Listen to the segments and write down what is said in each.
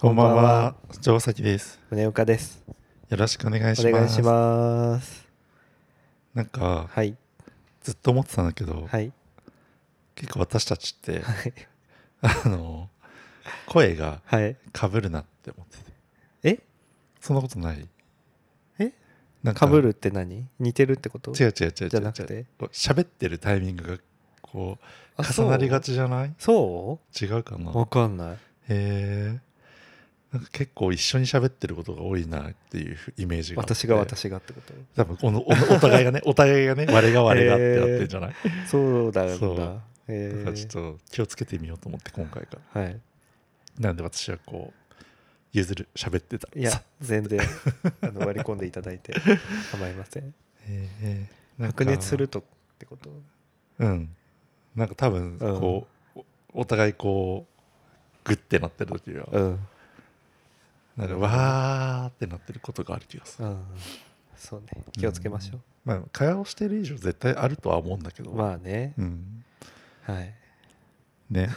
こんばんは、城崎です。宗岡です。よろしくお願いしまおす。願いします。なんか、はい。ずっと思ってたんだけど、はい。結構私たちって、はい。 あの、声がはい。被るなって思ってて。えそんなことないえなんかぶるって何似てるってこと違う違う違う違う違う。じゃなくてこう喋ってるタイミングが、こう、あそう重なりがちじゃないそ違うかなうわかんない。へえ。なんか結構一緒に喋ってることが多いなっていうイメージがあって。私が私がってこと多分このおお互いがねお互いがね我が我がってなってるんじゃない、そうだよそうな。えだからちょっー、と気をつけてみようと思って今回からはい。なんで私はこう譲る喋ってたいやさ、全然あの割り込んでいただい て構いません。ええなんか白熱するとってことうんなんか多分うんこう、おお互いこうグッてなってる時は、うん。なんかわーってなってることがある気がする、うん。そうね。気をつけましょう。まあ会話をしてる以上絶対あるとは思うんだけど、まあね。うんはい。ね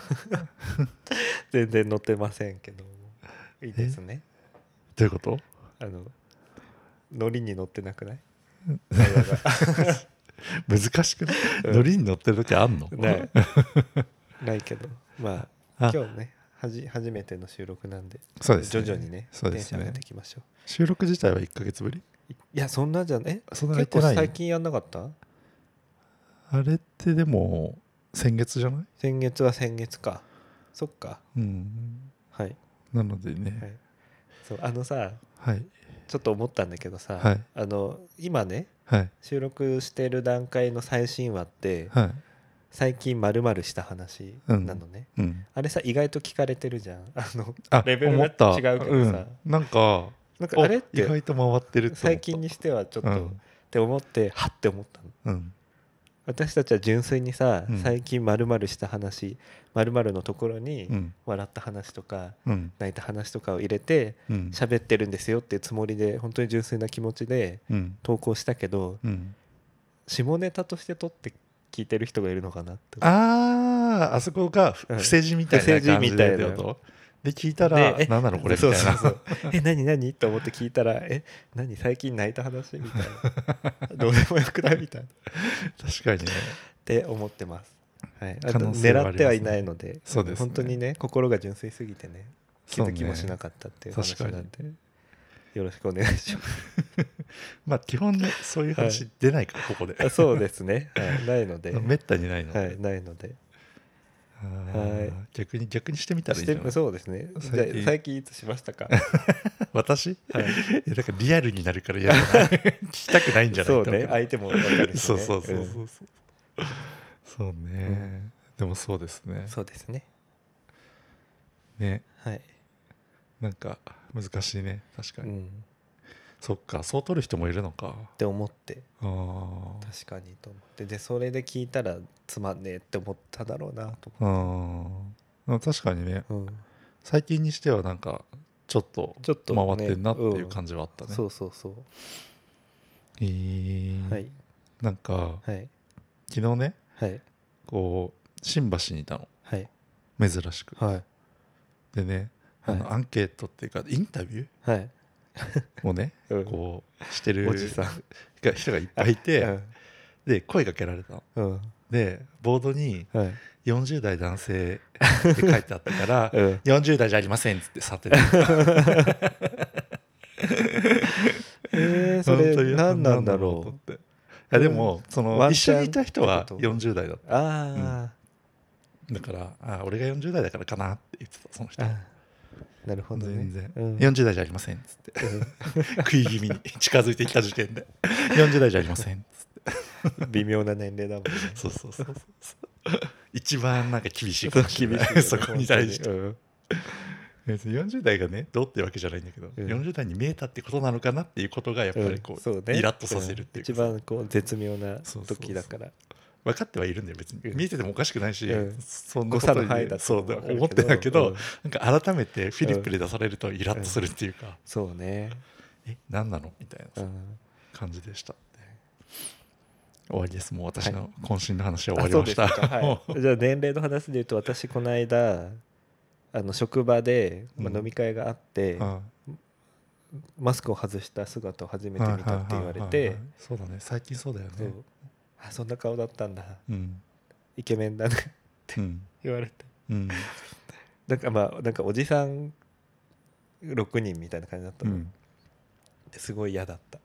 全然乗ってませんけども。いいですね。どういうことあの、ノリに乗ってな くない難しくないうん乗りに乗ってる時あんのない。 ないけど、まあ、あ今日ね、はじ初めての収録なんで、そうですね徐々にね、そうですねテンション上げていきましょ収録自体は1か月ぶりう。いいや、そんなじゃん、えそんなやっ結て構ない最近やんなかったあれってでも先月じゃない先月は先月か。そっか。うんはい。なのではねい、そうあのさ、はいちょっと思ったんだけどさ、はいあの、今ね、はい収録してる段階の最新話って、はい最近まるまるした話なのね。うんあれさ意外と聞かれてるじゃんあのあレベルが思った違うけどさうんなんかなんかおあれっ意て外と回ってるって思った最近にしてはちょっと、うっんて思ってはって思ったのうん私たちは純粋にさ、うん最近まるした話まるのところにうん笑った話とかうん泣いた話とかを入れてうん喋ってるんですよっていうつもりで本当に純粋な気持ちでうん投稿したけどうん下ネタとして撮って聞いてる人がいるのかなってあーあそこがふうん伏せ字みたいな感じでってこ伏せ字みたいとで聞いたらでえ何なのこれみたそいうなそうそうえ何何と思って聞いたらえ何最近泣いた話みたいな どうでもよくないみたいなっ確かにねて思ってます、はい、あ可と能性はありますね狙ってはいないのでそうですね本当にね心が純粋すぎてね気づきもしなくかったっていう話そうねなんで、よろしくお願いします まあ基本ねそういう話出ないからここであそうですね、はい、ないので、めったにないのではい、ないのであーはい逆に逆にしてみたらいいんじゃなしていそうですね最じゃ近あ最近いつしまし たか、私はい、いやだからリアルになるから嫌だな聞きたくないんじゃないそうかね相手も分かるし、ね、そうそうそうそんうそうそうね、でもそうですねそうですねねはい、なんか難しいね確かうに、ん、そっかそう取る人もいるのかって思ってあー確かにと思ってでそれで聞いたらつまんねえって思っただろうなとあーでも確かにね思って、最近にしてはなんかちょっとちょっとね回ってんなっていう感じはあったうんねそうそうそうえーはいなんかはい昨日ねはいこう新橋にいたのはい珍しくはいでねあのはいアンケートっていうかインタビュはいーをねうんこうしてるおじさんが人がいっぱいいて、うんで声かけられたのうんでボードにはい40代男性って書いてあったから うん40代じゃありませんっつって去ってたえ ー、そ本当れに何なんだとろ思っていやでもそのワン一チャ緒ンにいた人はってこと40代だっうあただからあ俺が40代だからかなって言ってたそのー人あなるほどね全然、うん40代じゃありませんっつって食い気味に近づいてきた時点で40代じゃ ありませんっつってうん微妙な年齢だもんねそうそうそうそうそう一番なんか厳しいかもしれないそこに対して本当にうん別に40代がねどうっていうわけじゃないんだけど、うん40代に見えたってことなのかなっていうことがやっぱりこう,、そねイラッとさせるっていうかん一番こう絶妙なそうそうそう時だから分かってはいるんだよ別に、うん見えててもおかしくないし、うんそんなこ誤差とのに範囲だそうとだは分かる思ってたけど、うんなんか改めてフィリップで出されるとイラッとするっていうか、そうね、え何なのみたいなうさん、感じでした、終わりですもう私の渾身の話はあ終わりました、そうです かもはい、じゃあ年齢の話で言うと私この間あの職場で、まうあ、ん飲み会があって、はマスクを外した姿を初いめて見たって言わはいはいれはいてはいそうだね最近そうだよそねうあそんな顔だったんだうんイケメンだね ってうん言われて うんなんかまあなんかおじさん6人みたいな感じだったうの、んですごい嫌だった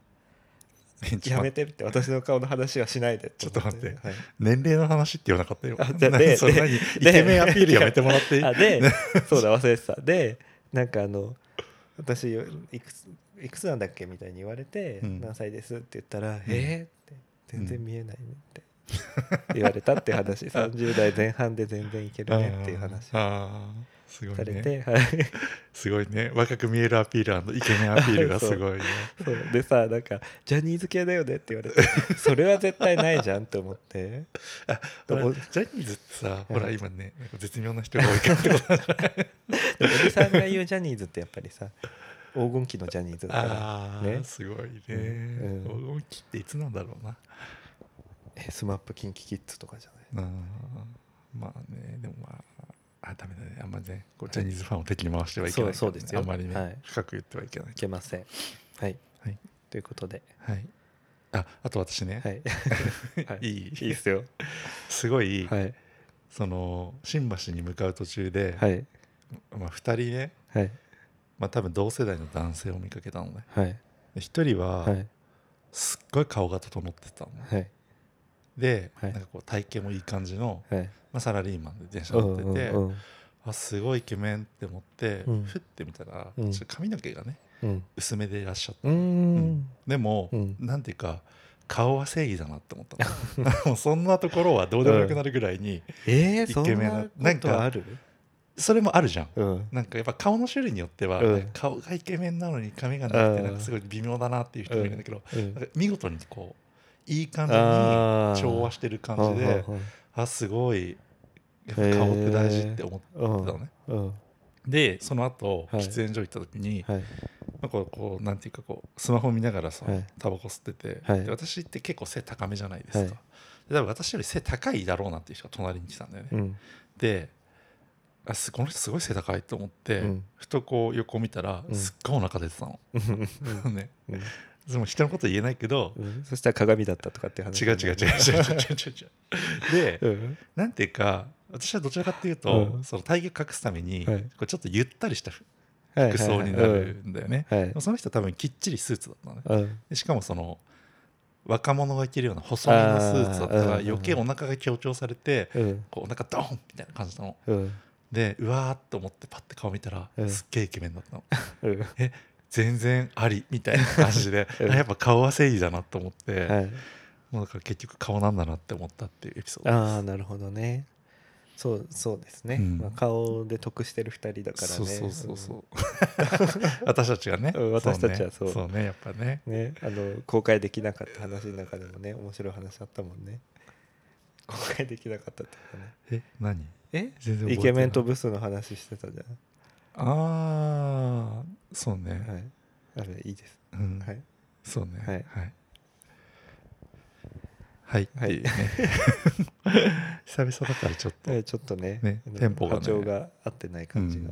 えちょ やっと待めっててって私の顔の話はしないでちょっと待ってはい 年齢の話って言わなかったよあじゃあ何でそれで何イでケメンアピールやめてもらっていいあでそうだ忘れてたでなんかあの私いくついくつなんだっけみたいに言われて、うん何歳ですって言ったら、えーって全然見えないねって言われたって 話30代前半で全然いけるねっていう話あーあーすごさいれねて、はいすごいね若く見えるアピールイケメンアピールがすご いねそうでさなんか「ジャニーズ系だよね」って言われて それは絶対ないじゃんって思ってあほらジャニーズってさほらうん今ねなんか絶妙な人が多いからって ことなんじゃないでもおじさんが言うジャニーズってやっぱりさ黄金期のジャニーズだからああ、ねすごいね、うん黄金期っていつなんだろうな「えスマップキンキキッズとかじゃないうんまあねでもまああダメだねあんまねこうジャニーズファンを敵に回してはいけないそうそうからねですよあんまりね、はい深く言ってはいけないいけませんはい、はいということではいああと私ね、はいは いい、いいいっすよすごい、はいその新橋に向かう途中で、はいまあ、2人ねはいまあ多分同世代の男性を見かけたのねはいで一人は、はいすっごい顔が整ってたのはいで、はいなんかこう体型もいい感じの、はいまあ、サラリーマンで電車乗ってて、うんうんあすごいイケメンって思って、うんふって見たら、うんちょっと髪の毛がねうん薄めでいらっしゃった、うーんでも、うんなんていうか顔は正義だなって思ったの もうそんなところはどうでもよくなるぐらいに、イえー、そケんメンなななんこかとあるそれもあるじゃんうんなんかやっぱ顔の種類によっては、うんなんか顔がイケメンなのに髪がなくうてんなんかすごい微妙だなっていう人もいるんだけど、うんなんか見事にこういい感じあにー調和してる感じであすごいやっぱ顔って大事って思ってうんうんたのね。うんでその後はい喫煙所行った時に、はいなんかこうなんていうかこうスマホ見ながらさ、はいタバコ吸ってて、はいで私って結構背高めじゃないですか、はいで多分私より背高いだろうなっていう人が隣に来たんだよね、うんであすこの人すごい背高いと思って、うんふとこう横見たらうんすっごいお腹出てたの、う んねうんでも人のこと言えないけど、 うんそしたら鏡だったとかっていう話違う違う違う違う違う違う違うでうんなんていうか私はどちらかっていうと、うんその体型隠すために、はいこうちょっとゆったりした服はいはいは服い装になるんだよね、うんはでいもその人は多分きっちりスーツだったのねうんでしかもその若者が着るような細身のスーツだったらあーうん余計お腹が強調されて、うんこうお腹ドーンみたいな感じなのうんでうわーっと思ってパッて顔見たら、うんすっげえイケメンだったのうんえ全然ありみたいな感じで、 うんあやっぱ顔は正義だなと思って、はいもうだから結局顔なんだなって思ったっていうエピソードですああなるほどねそうそうですね、うんまあ、顔で得してる二人だからそねうそうそうそう 私たちがねうん私たちはそうねそうねやっぱねうんねあの公開できなかった話の中でもね面白い話あったもんね公開できなかったっていうかえね何え全然覚えてないイケメンとブスの話してたじああそうゃんね、はいあれいいですうんはいそうねははいいはいっていうね 久々だからちょっとえーちょっとねねあのテンポがね波長が合ってない感じが、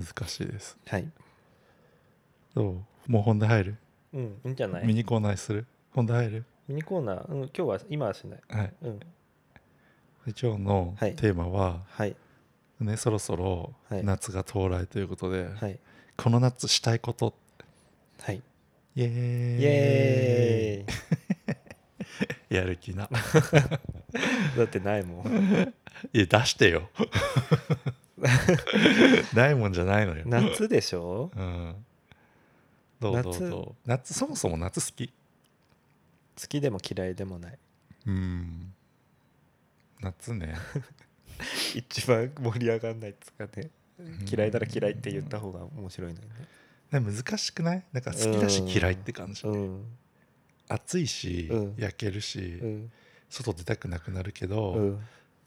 難しいですはいどうもう本題入る、うんいいんじゃないミミニニコーナーする本題入るコーナー、うん、今日は今はしないはいうんで今日のはいテーマは、はいねそろそろはい夏が到来ということで、はいこの夏したいことはいイエーイイエーイやる気なだってないもんいや出して よないもんじゃないのよ、夏でしょうん、どうどう夏どう夏そもそも夏好き好きでも嫌いでもないうん夏ね 一番盛り上がんないっつうかね嫌いなら嫌いって言った方が面白いのにねね難しくないなんか好きだし嫌いって感じ、うん暑いし、うん焼けるし、うん外出たくなくなるけうど、ん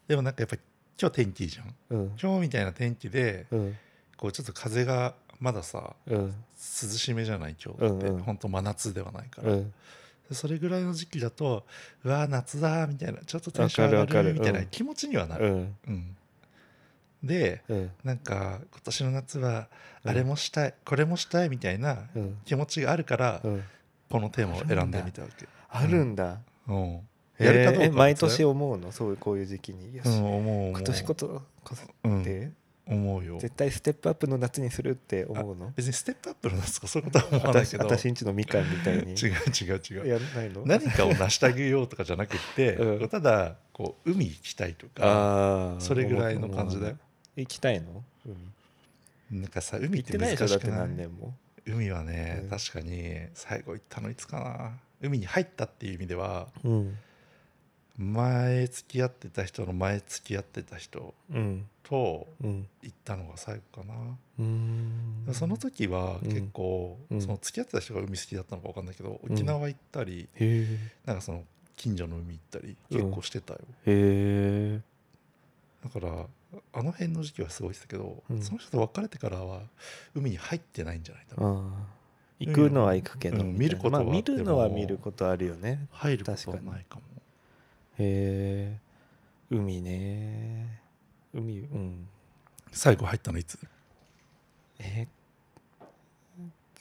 でもなんかやっぱ今日天気いいじゃんうん今日みたいな天気でうんこうちょっと風がまださうん涼しめじゃない今日って、うんうんほんと真夏ではないから、うんでそれぐらいの時期だとうわー夏だーみたいなちょっとテンション上わかがるわるみかるたいなうん気持ちにはなうる、んうんでうんなんか今年の夏はあれもしたい、これもしたいみたいなうん気持ちがあるから、うんこのテーマを選んでみたわけ。あるんだ、うん、えーやるかどうかはえ毎年別思うのそういうこういう時期によし、だようん、思う思う今年こそこそうんって、思うよ絶対ステップアップの夏にするって思うの別にステップアップのなすかそういうことは思わない私けど私んちのみかんみたいに違う違う違うやらないの何かを成し遂げようとかじゃなくって、うんただこう海行きたいとかあーそれぐらいの感じだよ行きたいの海なんかさ海っ行っててない難でしょだしってくない何年も海はね、うん確かに最後行ったのいつかな海に入ったっていう意味ではうん前付き合ってた人の前付き合ってた人うんとうん行ったのが最後かな、うーんその時は結構、うんその付き合ってた人が海好きだったのか分かんないけどうん沖縄行ったり、へえなんかその近所の海行ったりうん結構してたよ、へえだからあの辺の時期はすごいしてたけど、うんその人と別れてからは海に入ってないんじゃない多分あー行くのは行くけど、うん見ることはあってまあも見るのは見ることあるよね入ることは確かにないかもへえ海ね海うん最後入ったのいつえー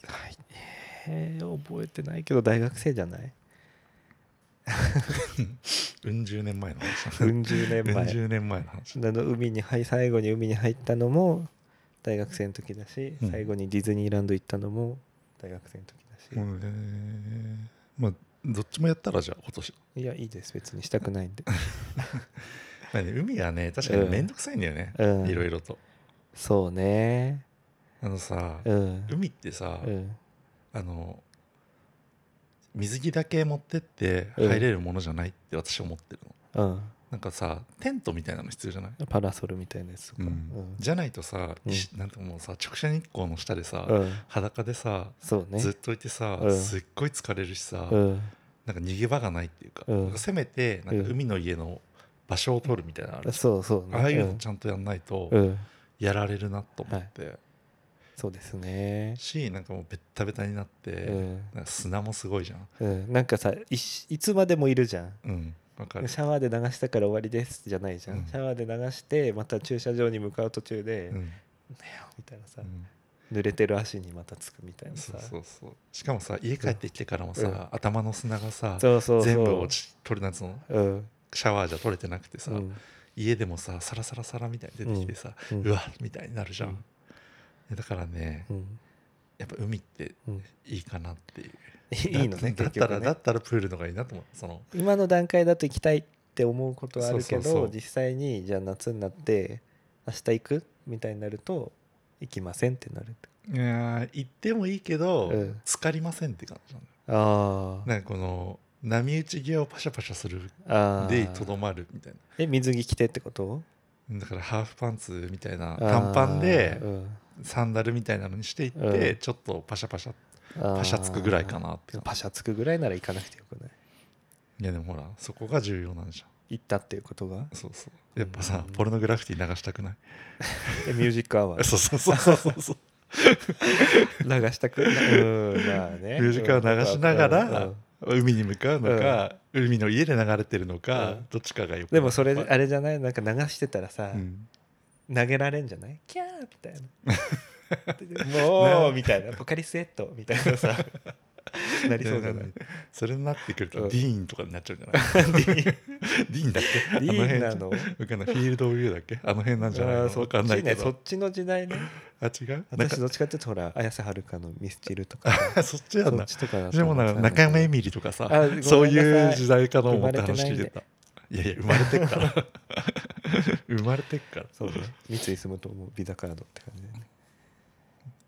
はいえー覚えてないけど大学生じゃ ないうん十年前の話だねうん十年うん 前十年前の話あの海に入最後に海に入ったのも大学生の時だし、うん最後にディズニーランド行ったのも大学生の時だし、うんまあどっちもやったらじゃあ今年、いやいいです別にしたくな いんで、まあね、海はね確かに面倒くさいんだよね、うん、いろいろとそうねあのさ、うん海ってさ、うんあの水着だけ持ってってうん入れるものじゃないって私は思ってるの、うんなんかさテントみたいなの必要じゃない、パラソルみたいなやつとか、じゃないとさ、うん石なんてもうさ直射日光の下でさ、うんうん裸でさそうねずっといてさ、うんすっごい疲れるしさ、うんなんか逃げ場がないっていうか,、うんせめてなんかうん海の家の場所を取るみたいなのあるじそうそう、ゃん、ああいうのちゃんとやんないとうん、うんやられるなと思って、そうですねしなんかもうベッタベタになって、うんなんか砂もすごいじゃんうん、なんかさいしいつまでもいるじゃんうんわかるシャワーで流したから終わりですじゃないじゃん、うんシャワーで流してまた駐車場に向かう途中で、うんみたいなさ、うん濡れてる足にまたつくみたいなそさうそうそうしかもさ家帰ってきてからもさ、うん頭の砂がさそうそうそう全部落ち取れなんつうのうんシャワーじゃ取れてなくてさ、うん家でもさサラサラサラみたいに出てきてさ、ううんわみたいになるじゃん、だからねうんやっぱ海ってうんいいかなっていう いいのだね結った局らだねったらプールの方がいいなと思うその今の段階だと行きたいって思うことはあるけそうどそうそう実際にじゃあ夏になって明日行くみたいになると行きませんってなるいやー行ってもいいけど、うん浸かりませんって感じなんだよあなんかこの波打ち際をパシャパシャするあでとどまるみたいえ水着着てってことなだからハーフパンツみたいな短パンであーうんサンダルみたいなのにしていって、うんちょっとパシャパシャあーパシャつくぐらいかなってパシャつくぐらいなら行かなくてよくないいやでもほらそこが重要なんじゃ行ったっていうことがんそうそうやっぱさ、うんポルノグラフィティ流したくないえミュージックアワーそうそうそうそうそう そう流し たくないうんまあねミュージカルを流しながらうん海に向かうのか、海の家で流れてるのか、うんどっちかがよくでもそれあれじゃないなんか流してたらさ、うん投げられんじゃないキャーみたい なもうみたいなポカリスエットみたいなさなりそうじゃないそれになってくると、うんディーンとかになっちゃうんじゃ ないディーンだっけいいなあのの辺わかんないフィールドオブユーだっけあの辺なんじゃないあーのそわっかんないちけねど、そっちの時代ねあ違うなんか私どっちかっていうとほら綾瀬はるかのミスチルとか そっちやんそなっちとかだとでもなんか中山エミリとかさあごめんなさいそういう時代かと思って生まれて話な聞いんいでてたいやいや生まれてっから 生まれてっからそうね三井住友ビザカードって感じだよね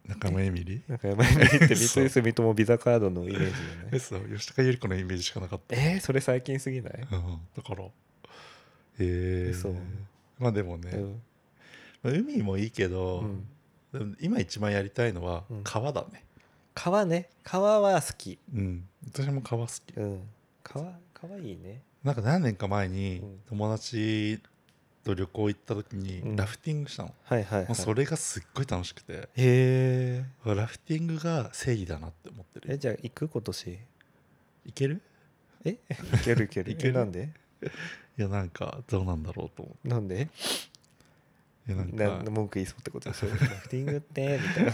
中山エミリなんか山に行って嘘三井住友ビザカードのイメージじゃなえいそう吉高由里子のイメージしかなかったえー、それ最近すぎない、うんだからへえ嘘まあでもうね、んまあ海もいいけど、うんでも今一番やりたいのはうん川だね川ね川は好きうん、私も川好きうん川川いいねなんか何年か前にうん友達と旅行行った時うんにラフティングしたの、はいはい、はも、いうそれがすっごい楽しくてへラフティングが正義だなって思ってえるじゃあ行く今年いけるえいけ るいけるいけるなんでいやなんかどうなんだろうと思なんでいやなんかな文句言いそうってことでしょラフティングってみたいな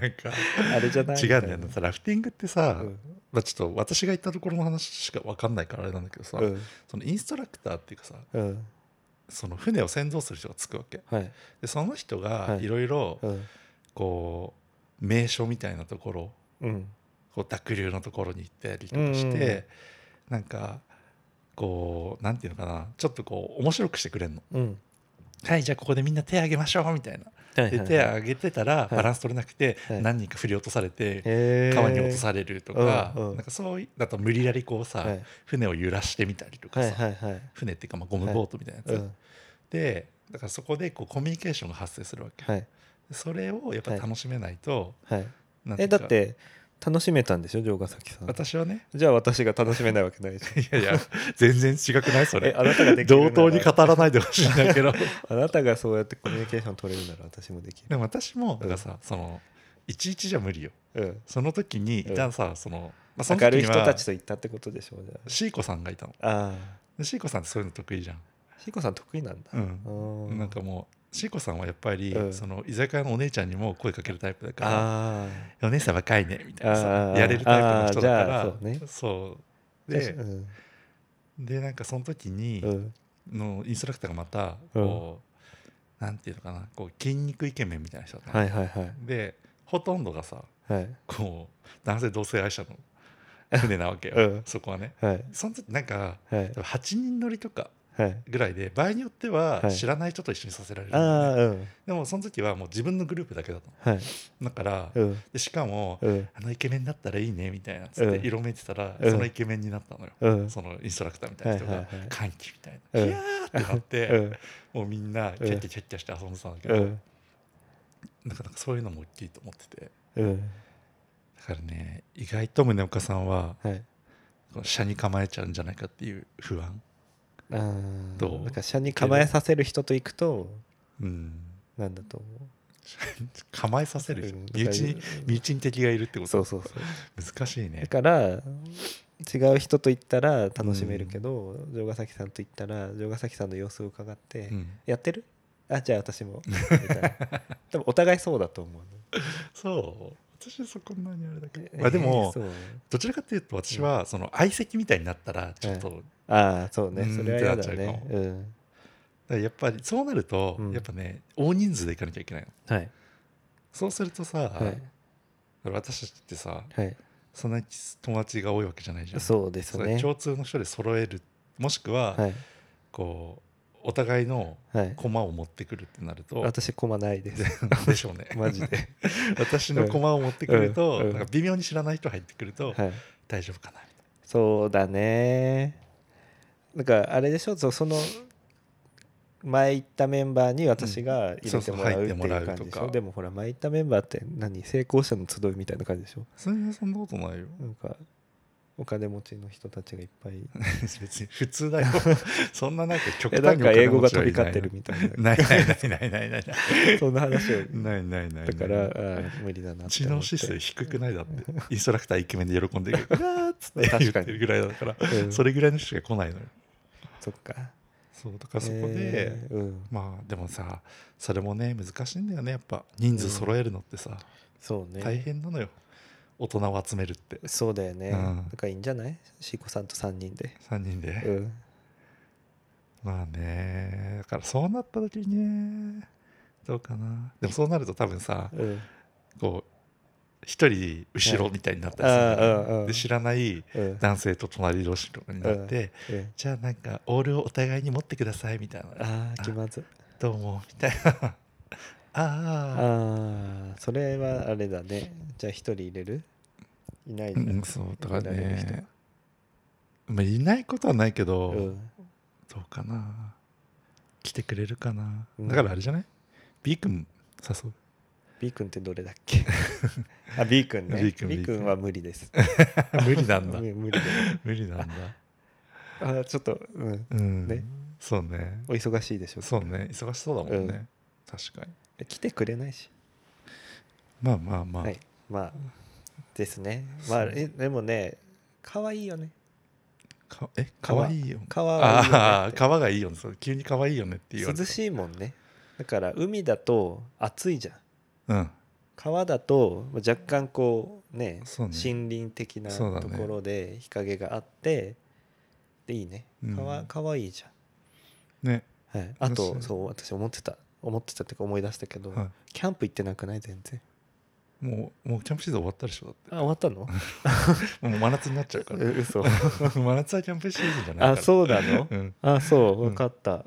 なんかあれじゃない違うんだよみねさラフティングってさ、たいなうんまあ、ちょっと私が行ったところの話しか分かんないからあれなんだけどさ、うんそのインストラクターっていうかさうんその船を先導する人がつくわけはいでその人がはいいろいろうんこう名所みたいなところうんこう濁流のところに行ったりとかして、なんかこうなんていうのかなちょっとこう面白くしてくれんのうんはいじゃあここでみんな手挙げましょうみたいなで手挙げてたらいバランス取れなくてはい何人か振り落とされてへー川に落とされるとかうんうんなんかそういうだと無理やりこうはさい船を揺らしてみたりとかはいさはいはい船っていうかまあゴムボートみたいなうやつんでだからそこでこうコミュニケーションが発生するわけはいそれをやっぱはい楽しめないと、はいなんえいうかだって楽しめたんでしょ城ヶ崎さん私はねじゃあ私が楽しめないわけないじゃんいやいや全然違くないそえれあなたができるな同等らに語らないでほしいん だけどあなたがそうやってコミュニケーション取れるなら私もできでるも私もだからさそのいちいちじゃ無理ようんその時にいたさ、その、まあ、その明るい時に人はたちと行ったってことでしょうじゃシーコさんがいたのああでシーコさんってそういうの得意じゃん、あしこさん得意なんだうんうんなんかもうシーコさんはやっぱり、うんその居酒屋のお姉ちゃんにも声かけるタイプだからあ「お姉さん若いね」みたいなあさーやれるタイプの人だからあーじゃあそそうねうあで、うんでなんかその時に、うんのインストラクターがまたこう、なんていうのかなこう筋肉イケメンみたいな人だったのはいはいはいでほとんどがさはいこう男性同性愛者の船なわけよ、うんそこはねはいその時なんかはい多分8人乗りとかはいぐらいで場合によってははい知らない人と一緒にさせられるんあだよね、あうんでもその時はもう自分のグループだけだったのはいだから、うんでしかも、うんあのイケメンだったらいいねみたいなつってうん色めいてたら、うんそのイケメンになったのよ、うんそのインストラクターみたいな人が、はいはいはい歓喜みたいな、うんいやーってなって、うんもうみんなキャッキャキャッキャして遊んでたんだけど、うんなんかなんかそういうのも大きいと思っててうんだからね意外と宗岡さんははいこの車に構えちゃうんじゃないかっていう不安ああどうなんか車に構えさせる人と行くとうんなんだと思う構えさせる人うん身内に身内に敵がいるってこそとうそうそう難しいだねから違う人と行ったら楽しめるけど、城ヶ崎さんと行ったら城ヶ崎さんの様子を伺って、うんやってるあじゃあ 私もみたいな多分お互いそうだと思うそう私はそこんなにあれだけのど、まあ、でも えーそうどちらかというと私はその相席みたいになったらちょっと、だかああそうねうんそれは嫌だってなっちゃうねかもうんらやっぱりそうなるとうんやっぱね大人数で行かなきゃいけないのはいそうするとさ、はい私たちってさはいそんなに友達が多いわけじゃないじゃんそうですそれね共通の人で揃えるもしくは、はいこうお互いのはい駒を持ってくるってなると、私駒ないですでしょうねマジ で私の駒を持ってくると、うんうんなんか微妙に知らない人入ってくると、はい大丈夫かなそうだねなんかあれでしょそうその前行ったメンバーに私が入それうそてうもらうってい入ってうもらうとか感じでしょでもほら前行ったメンバーって何成功者の集いみたいな感じでしょそんなそんなことないよなんかお金持ちの人たちがいっぱい別に普通だ よそんななんか極え端になんかお金英語が持ち飛はいびない交ってる みたいなないないないないないないないそんな話をないないないだからあー無理だなって知思能って指数低くないだってインストラクターイケメンで喜んでるけどうわーっつって言 確っかてにるぐらいだから、うんそれぐらいの人しか来ないのよそっかそうだからそこで、えーうんまあでもさそれもね難しいんだよねやっぱ人数揃えるのってさ、そうね大変なのよ大人を集めるってそうだよねうんなんかいいんじゃないシーコさんと3人で3人で、うんまあねだからそうなった時にねどうかなでもそうなると多分さうんこう一人後ろみたいになったりするああのよ、うんうんで知らないうん男性と隣同士とかになって、うんじゃあなんかオールをお互いに持ってくださいみたいなああ気まずいどうもみたいな ああああそれはあれだねじゃあ一人入れるいないじうゃ んんそうだからいられる人ねまあ、いないことはないけど、うんどうかな来てくれるかな、うんだからあれじゃない ?B 君 誘う B 君ってどれだっ けあ B 君ね B 君 B B 君君は無理です無理なんだ 無無理だ ね無理なんだあーちょっとうんうん、ねそうねお忙しいでしょそうね忙しそうだもんね、うん確かに来てくれないしまあまあまあ、はいまあですねまあそうえでもね可愛いよねかえ可愛いよ川はいいよねあっあて川がいいよねそう急に可愛いよねって言われ涼たしいもんねだから海だと暑いじゃんうん川だとまあ若干こうねそうね森林的なそうだとねころで日陰があってでいいねうん川かわいいじねゃん、はい、あ確かとにそう私思ってた思ってたっていうか思い出したけど、はキャンプ行ってなくない全然いもうもうキャンプシーズン終わったでしょだってあ終わった のもう真夏になっちゃうから う嘘真夏はキャンプシーズンじゃないからあそうなのうん、あそううん分かった、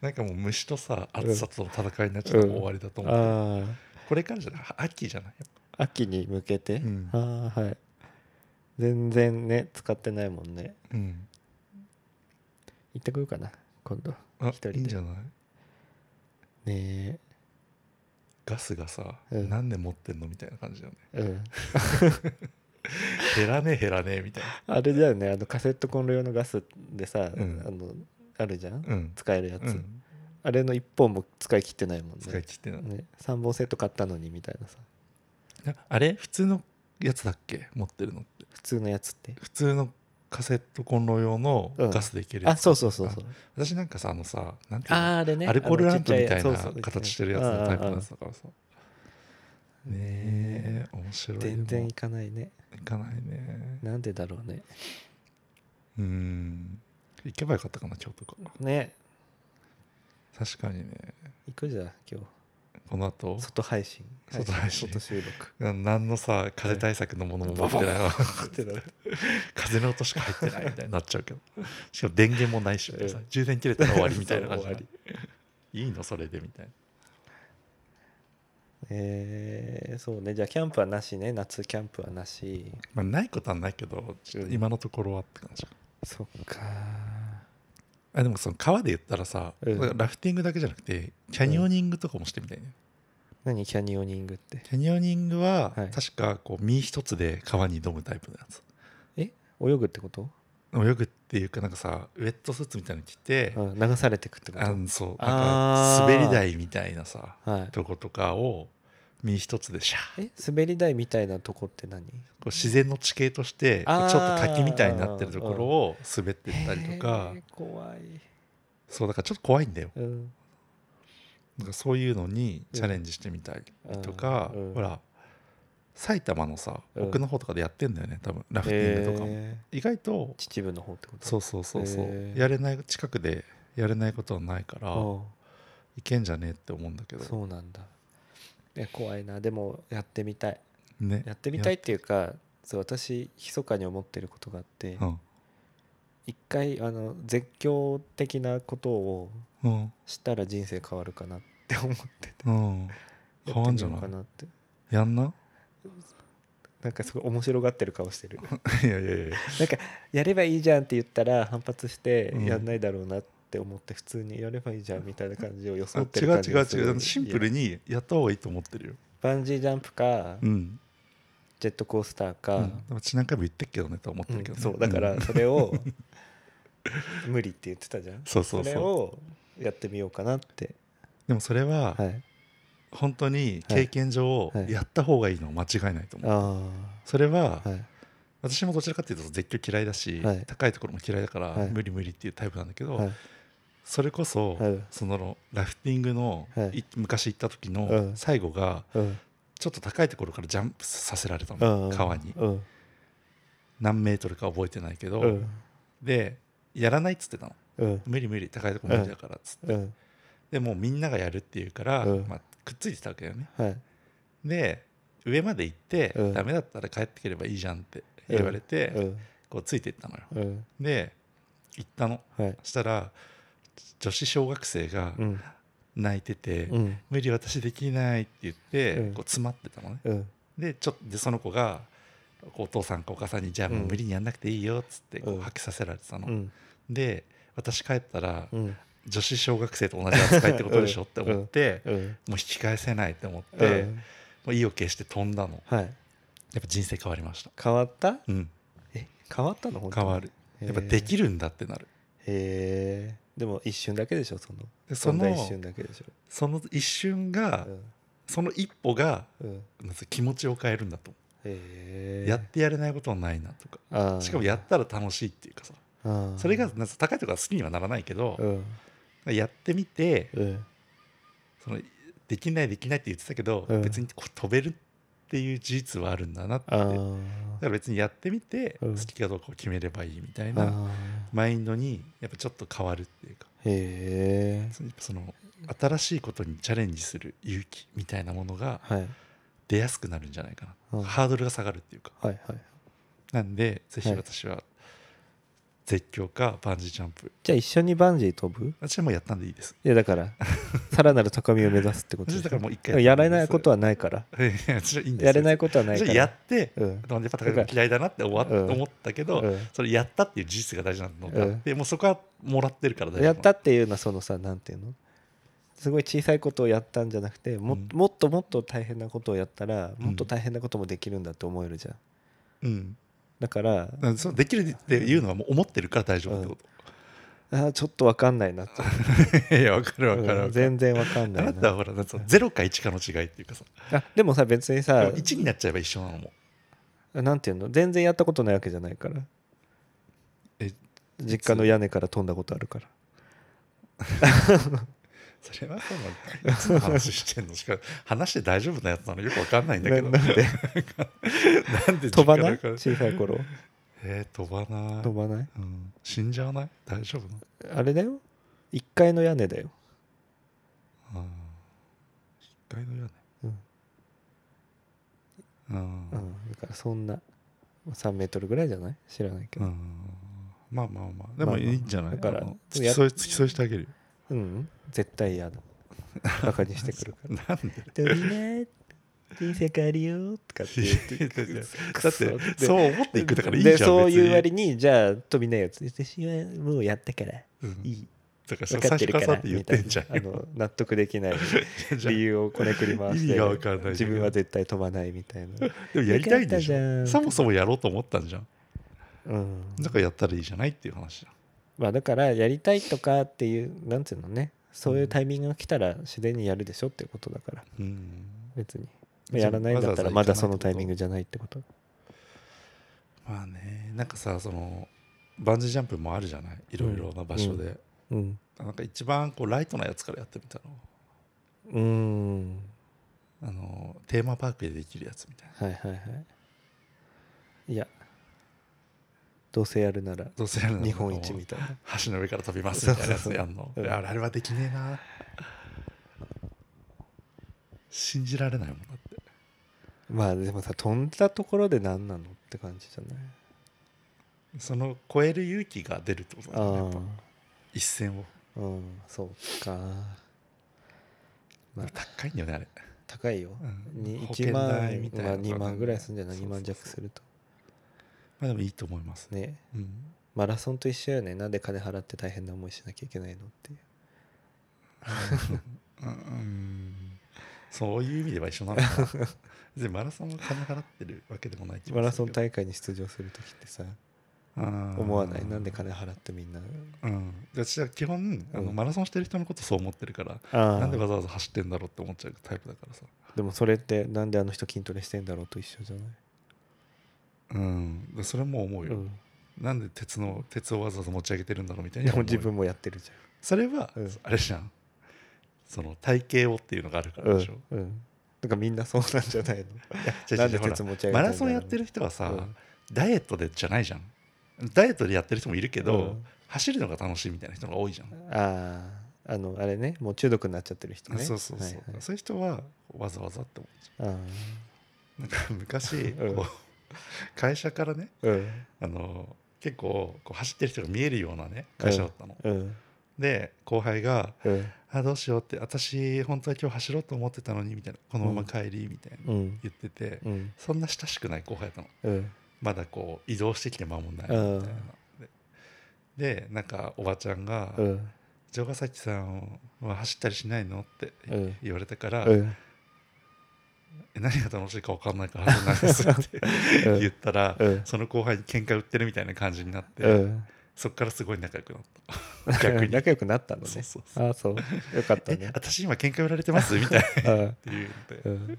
なんかもう虫とさ暑さとの戦いになっちゃってうん終わりだと思う、あこれからじゃない秋じゃないあ秋に向けて、うんああはい全然ね使ってないもんねうん行ってこようかな今度あ一人でいいんじゃないねガスがさ、うん何年持ってんのみたいな感じだよねえうん減らねえ減らねえみたいあれだよねあのカセットコンロ用のガスでさ、うんあのあるじゃん、なうん、使えるやつ、うん、あれの1本も使い切ってないもんね使い切ってない、ね3本セット買ったのにみたいなさなあれ普通のやつだっけ持ってるのって普通のやつって普通のカセットコンロ用のガスでいけるやあつそうそうそうそう私なんかさあのさなんていうのあーあれねアルコールランプみたいあのなちっちゃそうそう形してるやつのタイプのやつだからさうんうんうんねえ面白いよ全然いかないね行かないねなんでだろうねうん行けばよかったかな今日とかね確かにね行くじゃん今この後日外配信外配信外収録何のさ風対策のものも持ってないわってなる 風の音しか入ってないみたいになっちゃうけど しかも電源もないしみたいなさうん充電切れたら終わりみたいな感じそう終わいいのそれでみたいな えーそうねじゃあキャンプはなしね夏キャンプはなしまあないことはないけどちょっと今のところはって感じそっかあでもその川で言ったらさ、うんだからラフティングだけじゃなくてキャニオニングとかもしてみたいね、何キャニオニングってキャニオニングははい確かこう身一つで川に挑むタイプのやつえ泳ぐってこと、泳ぐっていうかなんかさウェットスーツみたいなの着て、うん、流されてくってこあとのそうなんあかー滑り台みたいなさはいとことかを身一つでシャーえ滑り台みたいなとこって何こう自然の地形としてこあーうちょっと滝みたいになってるところを滑ってったりとかへー怖い、そうだからちょっと怖いんだようん、なんかそういうのにチャレンジしてみたいとか、うんうんほら埼玉のさうん奥の方とかでやってんだよね多分ラフティングとかも、へ意外とー秩父の方ってことそうそうそうそう、へーやれない近くでやれないことはないから行あけんじゃねえって思うんだけあどそうなんだいや怖いなでもやってみたいねやってみたいっていうかそう私密かに思ってることがあってうん一回あの絶叫的なことをうんしたら人生変わるかなって思っててうん変わんじゃやってなみようかいなってやん ななんかすごい面白がってる顔してるいやいやいやなんかやればいいじゃんって言ったら反発してうんやんないだろうなって思って普通にやればいいじゃんみたいな感じをあ装って違るう感じ違うがする違うシンプルいやにやった方がいいと思ってるよバンジージャンプかうん、ジェットコースターうか、ん、私何回も言ってっけどねとは思ってるけどうんね、そうだからんそれ を無理って言ってたじゃんそうそうれそうをやってみようかなってでもそれは、はい本当に経験上はいはいやった方がいいのは間違いないと思う、あそれはあはい私もどちらかというと絶叫嫌いだし、はい高いところも嫌いだから、はい無理無理っていうタイプなんだけど、はいそれこそ、はいそのラフティングの、はいい昔行った時うのん最後がうんちょっと高いところからジャンプさせられたうんの、川にうん何メートルか覚えてないけど、うんでやらないっつってたのうん無理無理高いところ無理だからっつって、うんでもうみんながやるっていうから、うんまあ、くっついてたわけだよねはいで上まで行って、うんダメだったら帰ってければいいじゃんって言われて、うんこうついていったのようんで行ったのはいしたら女子小学生がうん泣いてて「うん無理私できない」って言って、うんこう詰まってたのねうんでちょっとでその子がこうお父さんかお母さんに「じゃあもう無理にやんなくていいよ」っつってこううん吐きさせられてたの、うんで私帰ったらうん女子小学生と同じ扱いってことでしょって思って、 うんもう引き返せないって思って、うもんう意を決して飛んだのはいやっぱ人生変わりました変わったうんえ変わったの本当変にわるやっぱできるんだってなるへえでも一瞬だけでしょそのでその飛んだ一瞬だけでしょその一瞬が、うんその一歩がうんまず気持ちを変えるんだと思う、へえやってやれないことはないなとかあーしかもやったら楽しいっていうかさあーそれがなんか高いとか好きにはならないけどう、んやってみてうんそのできないできないって言ってたけど、うん別にこう飛べるっていう事実はあるんだなってあだーから別にやってみてうん好きかどうかを決めればいいみたいあなーマインドにやっぱちょっと変わるっていうかへえそのその新しいことにチャレンジする勇気みたいなものがはい出やすくなるんじゃないかな、うんハードルが下がるっていうかはいはいなんでぜひはい私は絶叫かバンジージャンプじゃあ一緒にバンジー飛ぶ私はもうやったんでいいですいやだから さらなる高みを目指すってこと私はでしだょからもう一でも回やらないことははないから私 はいいんですやれないいことはないからやってうんでもやっぱ高木嫌いだなって思わうん思ったけど、うんそれやったっていう事実が大事なので、うんでもうそこはもらってるから大丈夫やったっていうのはそのさなんていうのすごい小さいことをやったんじゃなくても,、うんもっともっと大変なことをやったらうんもっと大変なこともできるんだって思えるじゃん、うん、だかだらからそうできるっていうのはもう思ってるから大丈夫ってこあーちょっとわかんない なってと、いやわかるわかるわかる、うん全然わかんなあないたなはほらなんかその0か1かの違いっていうかさあでもさ別にさ1になっちゃえば一緒なのもなんていうの全然やったことないわけじゃないからえ実家の屋根から飛んだことあるからそれはそうなんだいつの話してんのしか話して大丈夫なやつなのよくわかんないんだけどななん でなんで飛ばな実家だいから小さい頃えー、飛ばない飛ばないうん、死んじゃわない大丈夫なのあれだよ1階の屋根だよああ1階の屋うん根うんうん、だからそんな3メートルぐらいじゃない知らないけうど、んまあまあまあでまあまあもいいんじゃないだからあの付そうきや添い付き添いしてあげるようん絶対嫌だバカにしてくるから なんで「でもみんな人生変えるよ」とかって言っていやいやいやくだ そってそうで思っていくだからいいじゃんでそういう割に、にじゃあ飛びないやつ私はもうやったからうんいいだから分最かっ初てるかからさっらて言っみてたんいじゃなんあの納得できない理由由をこねくり回して意味がわかんないんだけど自分は絶対飛ばないみたいな、でもやりたいんでしよかったじゃょんそもそもやろうと思ったんじゃんうん、だからやったらいいじゃないっていう話じゃんまあだからやりたいとかっていうなんていうのねそういうタイミングが来たら自然にやるでしょってことだからうん別にまあやらないんだったらまだそのタイミングじゃないってことまあねなんかさそのバンジージャンプもあるじゃないいろいろな場所で、うんなんか一番こうライトなやつからやってみたのうーんあのテーマパークでできるやつみたいなはいはいはいいやどうせやるならどうせやるの日本一みたいな橋の上から飛びますみたいなやつやんのそうそうそういやあれあれはできねえな信じられないもんだって まあでもさ飛んだところで何なのって感じじゃないその超える勇気が出るってことだよねやっぱあ一線をあうんそうかまあ高いんだよねあれ高いよ、うんに保1険万、代みたいなまあ、2万ぐらいするんじゃないそうそうそ2う万弱するとまあでもいいと思いますねねうんマラソンと一緒よねなんで金払って大変な思いしなきゃいけないのっていううんうんそういう意味では一緒なの かな別にマラソンを金払ってるわけでもない気もマラすソるンけど大会に出場する時ってさうん思わないなんで金払ってみんなうん、私は基本あのうんマラソンしてる人のことそう思ってるから、あなんでわざわざ走ってんだろうって思っちゃうタイプだからさ、でもそれってなんであの人筋トレしてんだろうと一緒じゃない、うん、でそれも思ううよ、ん、なんで鉄の鉄をわざわざ持ち上げてるんだろうみたいでなも自分もやってるじそれは、うんあれじゃんその体型をっていうのがあるかゃん、うらんでしょ、うん、だからみんなそうなんじゃないの違う違うなんでほら鉄持ち上げてんだろうマラソンやってる人はさ、うんダイエットでじゃないじゃんダイエットでやってる人もいるけど、うん走るのが楽しいみたいな人が多いじゃん、あああのあれねもう中毒になっちゃってる人ねそうそうそう、はいはいそういう人はわざわざって思っちゃうあなんか昔、うんこう会社からねあうんあの結構こう走ってる人が見えるようなね会社だったの、うんで後輩がうん「あどうしよう」って「私本当は今日走ろうと思ってたのに」みたいな「このまま帰り」みたいなうん言ってて、うんそんな親しくない後輩だったのうんまだこう移動してきて間もないみたいな、うんででなんかおばちゃんがう「ん城ヶ崎さんは走ったりしないの?」ってうん言われたから「うんえ何が楽しいか分かんないから走らないです」って 言ったら、うんその後輩に喧嘩売ってるみたいな感じになって、うんそっからすごい仲良くなった 逆に仲良くなったのねそうそうそああそうよか「ったえね私今喧嘩売られてます?」みたいなっあていうのあうでん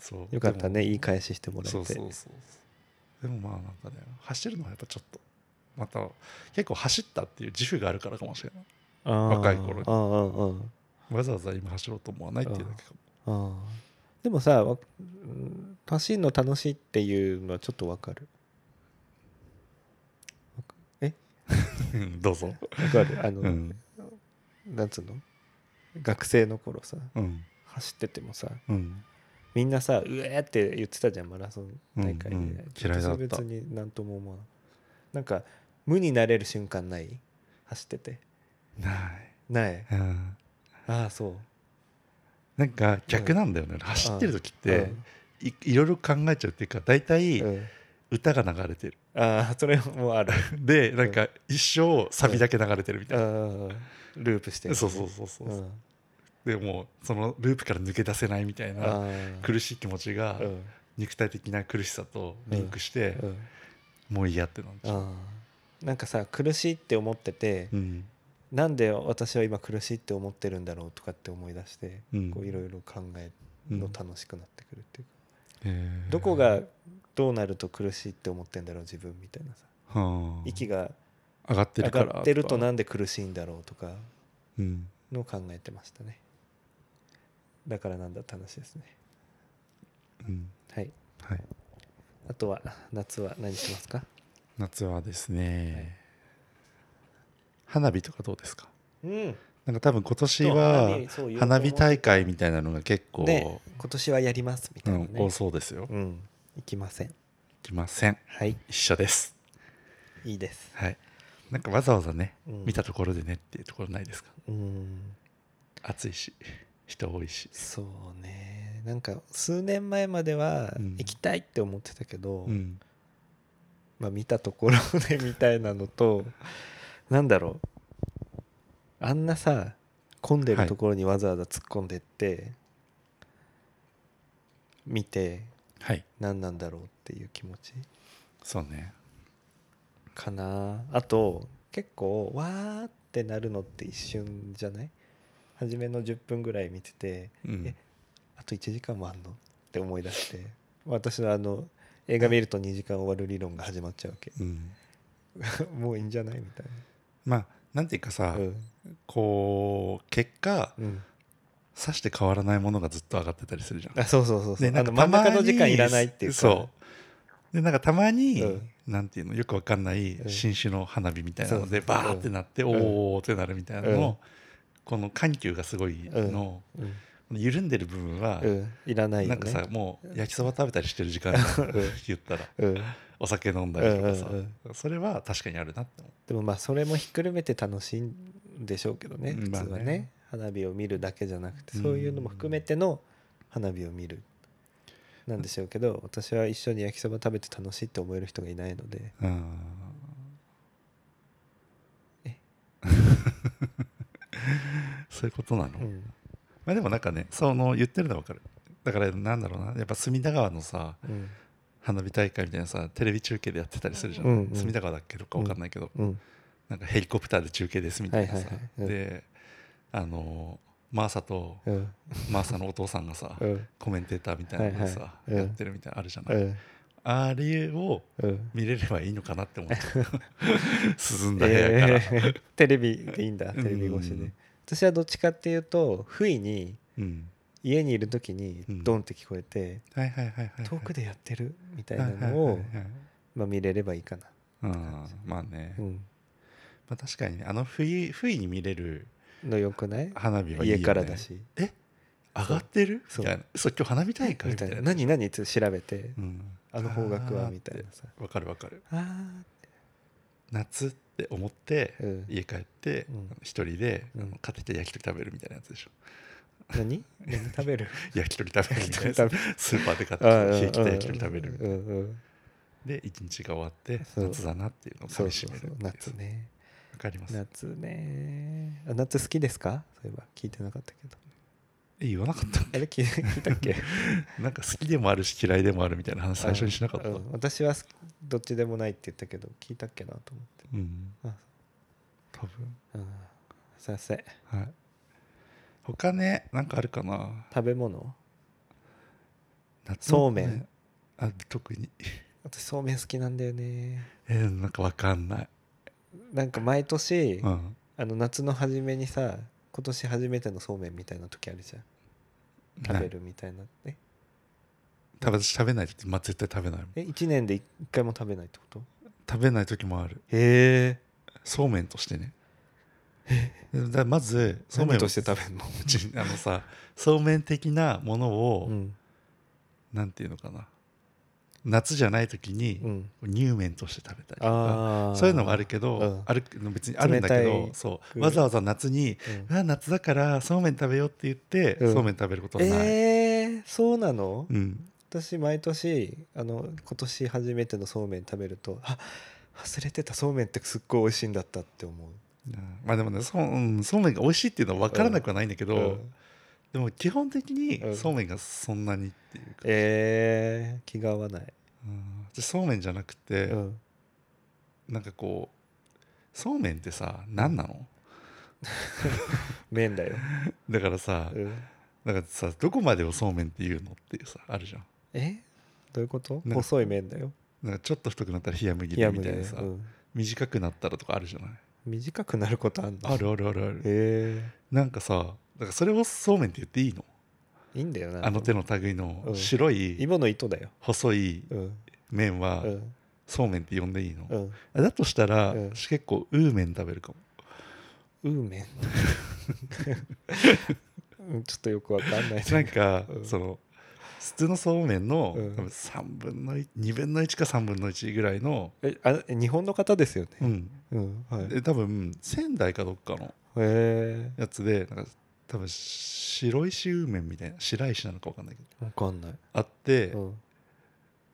そうよかったねでもいい返ししてもらそうっそうてそうそうでもまあなんかね走るのはやっぱちょっとまた結構走ったっていう自負があるからかもしれないああ若い頃にうんうんうんわざわざ今走ろうと思わないっていうだけかもああでもさわうん走るの楽しいっていうのはちょっとわかるわかえうんどうぞわ かるあの、うんなんつうの学生の頃さうん走っててもさうんみんなさうえーって言ってたじゃんマラソン大会で、うんうん嫌いだった私別に何とも思わないなんか無になれる瞬間ない走っててない、ないうん、ああそうなんか逆なんだよね、走ってる時ってうんいいろいろ考えちゃうっていうか大体うん歌が流れてるああそれもあるでなんか一生サビだけ流れてるみたいな、ああループしてるそうそうそうそう、うんでもうそのループから抜け出せないみたいなああ苦しい気持ちがうん肉体的な苦しさとリンクしてうんもう嫌ってなっちゃう、ああなんかさ苦しいって思っててうんなんで私は今苦しいって思ってるんだろうとかって思い出してうんこういろいろ考えうんの楽しくなってくるっていうかへーどこがどうなると苦しいって思ってんだろう自分みたいなさはあ息が上がって上るからがってるとかなんで苦しいんだろうとかうん、のを考えてましたねだからなんだって話ですねうんはいはい、あとは夏は何しますか夏はですね、花火とかどうですかうんなんか多分今年はそう言おうと思花火大会みたいなのが結構、ね今年はやりますみう、たいなん多ねそうですよ、うん行きません来ませんはい一緒ですいいですはいなんかわざわざね、うん見たところでねっていうところないですかうん暑いし人多いしそうねなんか数年前まではうん行きたいって思ってたけど、うんまあ、見たところでみたいなのとなんだろうあんなさ混んではるいところにわざわざ突っ込んでって、見てはい何なんだろうっていう気持ちそうねかなあと結構わーってなるのって一瞬じゃない初めの10分ぐらい見ててうんえあと1時間もあんのって思い出して私のあの映画見ると2時間終わる理論が始まっちゃうわけ うんもういいんじゃないみたいまあなんていうかさ、なうんこう結果うんさして変わらないものがずっと上がってたりするじゃんあそうそうそうそう、でなあんかの真ん中のた時ま間にいらないっていうかそうでなんかたまに、うんなんていうのよくわかんないうん新種の花火みたいなので、そうバーってなって、んおーってなるみたいなのを、うんこの緩急がすごいの、うん、緩んでる部分は、うん、いらないよ、なね、んかさもう焼きそば食べたりしてる時 間だ言ったらうん、でお酒飲んだりとかさ、うんうんそれは確かにあるなって思もまあそれもひっくるめて楽しいんでしょうけどねうん普通はね,、まあね花火を見るだけじゃなくてうんそういうのも含めての花火を見るなんでしょうけど私は一緒に焼きそば食べて楽しいって思える人がいないのでううんえ そういうことなの、うんまあでもなんかねその言ってるのはわかるだからなんだろうなやっぱ隅田川のさうん花火大会みたいなさテレビ中継でやってたりするじゃん、うんうん隅田川だっけどかわかんないけど、うんなんかヘリコプターで中継ですみたいなさ、はいはいはいうんであのマーサとうんマーサのお父さんが さ、うんコメンテーターみたいなのでさ、はいはいうんやってるみたいなのあるじゃなうい、んあれをうん見れればいいのかなって思っ ちゃう涼んだ部屋から、え ーテレビでいいんだテレビ越しで、うん私はどっちかっていうと不意にうん、家にいる時にうんドンって聞こえて、はいはいはいはいはい遠くでやってるみたいはないはいのはいを、はいまあ、見れればいいかな、うんまあね、うまん、あ、確かにねあの不意不意に見れるのよくない花火はいいよ、家ね、からだしえ上がってるそみうたいなそう今日花火大会みみたいたいなな何何って調べて、うんあの方角あはーみたいなさわかるわかるあー夏って思ってうん家帰ってうん一人でうんあの買ってきた焼き鳥食べるみたいなやつでしょ何何 食べる焼き鳥食べるみたいなや食べ つスーパーで買ってあーきた冷え切った焼き鳥食べるみたいなうんうんで一日が終わってそう夏だなっていうのをそかうみそしうめるそうっていう夏ねわかります夏ねあ夏好きですかそういえば聞いてなかったけどえ言わなかった あれ聞い聞いたっ けなんか好きでもあるし嫌いでもあるみたいな話最初にしなかったうんうん私はすどっちでもないって言ったけど聞いたっけなと思ってうんあ多分うんすいませんはい他ねなんかあるかな食べ物夏のそうめんあ特に 私そうめん好きなんだよねえーなんかわかんないなんか毎年、うんあの夏の初めにさ今年初めてのそうめんみたいな時あるじゃん食べるみたいなえ食べ私食べない時、まあ、絶対食べないもんえ1年で1回も食べないってこと食べない時もあるへそうめんとしてねだからまずそそううめめんんとして食べるのうち にあのさそうめん的なものを、うんなんていうのかな夏じゃない時にうん乳麺として食べたりとか、ああそういうのもあるけど、うんあるの別にあるんだけ冷たどいそうわざわざ夏に「うんあ夏だからそうめん食べよう」って言って、うんそうめん食べることはない、えー、そうなの、うん、私毎年あの今年初めてのそうめん食べるとあ忘れてたそうめんってすっごい美味しいんだったって思うまあでもねそう,、うん、そうめんが美味しいっていうのは分からなくはないんだけど、うんでも基本的うんにそうめんがそんなにっていうか、えー、気が合わない、うん私そうめんじゃなくて、うん、なんかこうそうめんってさ何なの、麺だよ、だからさ、うん、だからさどこまでをそうめんっていうのっていうさあるじゃんえどういうことなんか細い麺だよなんかちょっと太くなったら冷や麦冷でやみ麦たいでなさ、うん短くなったらとかあるじゃない短くなることあんのあるあるあるある、へなんかさだからそれをそうめんって言っていいのえいいんだよなあの手の類のうん白い芋の糸だよ細いうん麺はうんそうめんって呼んでいいの、うんあだとしたら、うん私結構うーめん食べるかもうー めんうんちょっとよくわかんないねなんか、うんその普通のそうめんの、うん多分3分の2分の1か3分の1ぐらいの、えあ日本の方ですよねうん、うんはいへで多分仙台かどっかのえやつでなんか多分白石うめんみたいな白石なのか分かんないけどわかんない、あって、うん、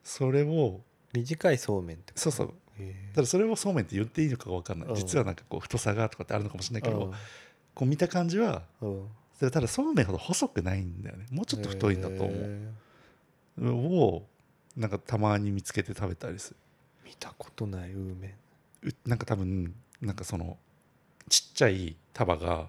それを短いそうめんってことそうそうへただそれをそうめんって言っていいのかが分かんない、うん実はなんかこう太さがとかってあるのかもしれえないけど、こう見た感じはうんうんそれただそうめんほど細くないんだよねもうちょっと太いんだと思う、へをなんかたまに見つけて食べたりすえ見たことないうーめんるうなんか多分なんかそのちっちゃい束が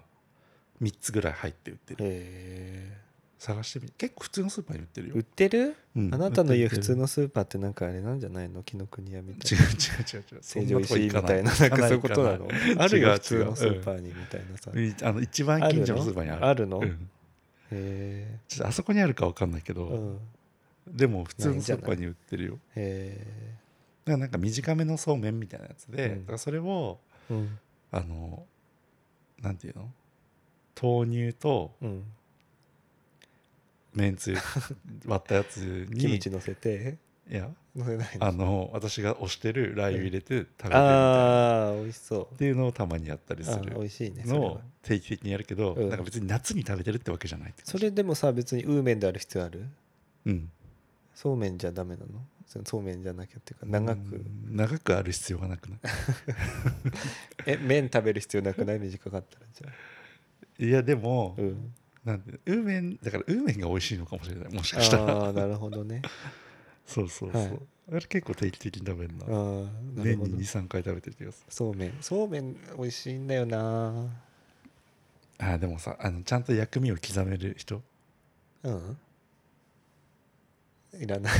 3つぐらい入って売ってるへ探してみ結構普通のスーパーに売ってるえよ売ってるうんあなたの言う普通売のスーパーってなんかあれなんじゃないの紀ノ国屋みってたるい違う違なう違う違うそ成ん城なとこ石井み行たかないいななんかそういうことな行のかないある違うよ違う普通のスーパーにみたいなさうんあの一番ある近の所のスーパーにあるあるのうへんえちょっとあそこにあるかわかんないけど、うんでも普通のスーパーに売ってるよへえだからなんか短めのそうめんみたいなやつで、うんだからそれをうんあのなんていうの豆乳とうんめんつ ゆ割ったやつにキムチ乗せていや乗せないのあの私が推してるラー油入れて食べるみたいなっあー美味しそうていうのをたまにやったりすあ美る味しいねそれのをは定期的にやるけど、うんなんか別に夏に食べてるってわけじゃないって感そじれでもさ別にウーメンである必要あるうん、そうめんじゃダメなのそそうめんじゃなきゃっていうか長うくん長くある必要がなくないえ麺食べる必要なくない短かったらじゃあいやでも、うんなんでウーメンだからウーメンが美味しいのかもしれないもしあかしたらーなるほどねそうそうそう、はいあれ結構定期的に食べるあなーなる年ほどに23回食べてる気がすそうめんそうめん美味しいんだよなるあーでもさあのちゃんと薬味を刻める人うんいらない、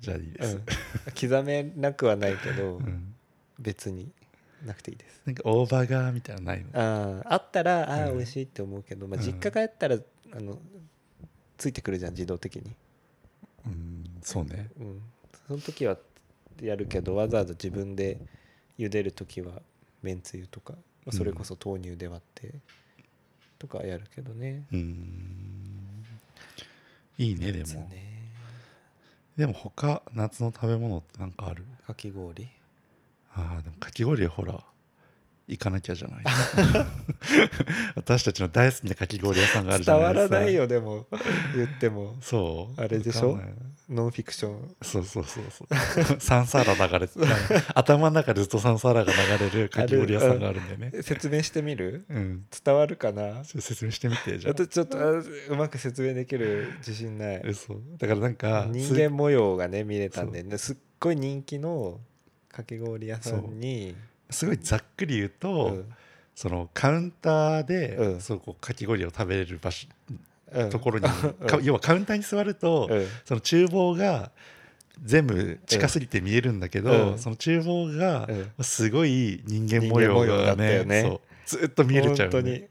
じゃあいいでうす、ん、刻めなくはないけど、うん別になくていいですなんかオーバーガーみたいなのないのあああったらああうん美味しいって思うけど、まあ、うん実家帰ったらあのついてくるじゃん自動的にうんそうねうんその時はやるけどわざわざ自分で茹でる時はめんつゆとか、まあ、それこそ豆乳で割ってとかやるけどね、うんいいねでそうもねでも他夏の食べ物ってなんかあるかき氷あーでもかき氷ほら行かなきゃじゃ ない私たちの大好きなかき氷屋さんがあるじゃ伝なわいでらすかないよでも言ってもそうあれでしょわかんないノンフィクションそうそうそうそう サンサーラ流れ て頭の中でずっとサンサーラが流れるかき氷屋さんがあるんだよね説明してみるうん伝わるかなちょっと説明してみてじゃあ私ちょっとあうまく説明できる自信ない嘘だからなんか人す間模様がね見れたんで、ね、すっごい人気のかき氷屋さんにすごいざっくり言ううと、んそのカウンターで、うんそうこうかき氷を食べれる場所、うんところ に、うんか要はカウンターに座ると、うんその厨房が全部近すぎて見えるんだけど、うんその厨房がうんすごい人間模様人間模様だがったよねねそうずっと見れちゃう本当よにね、、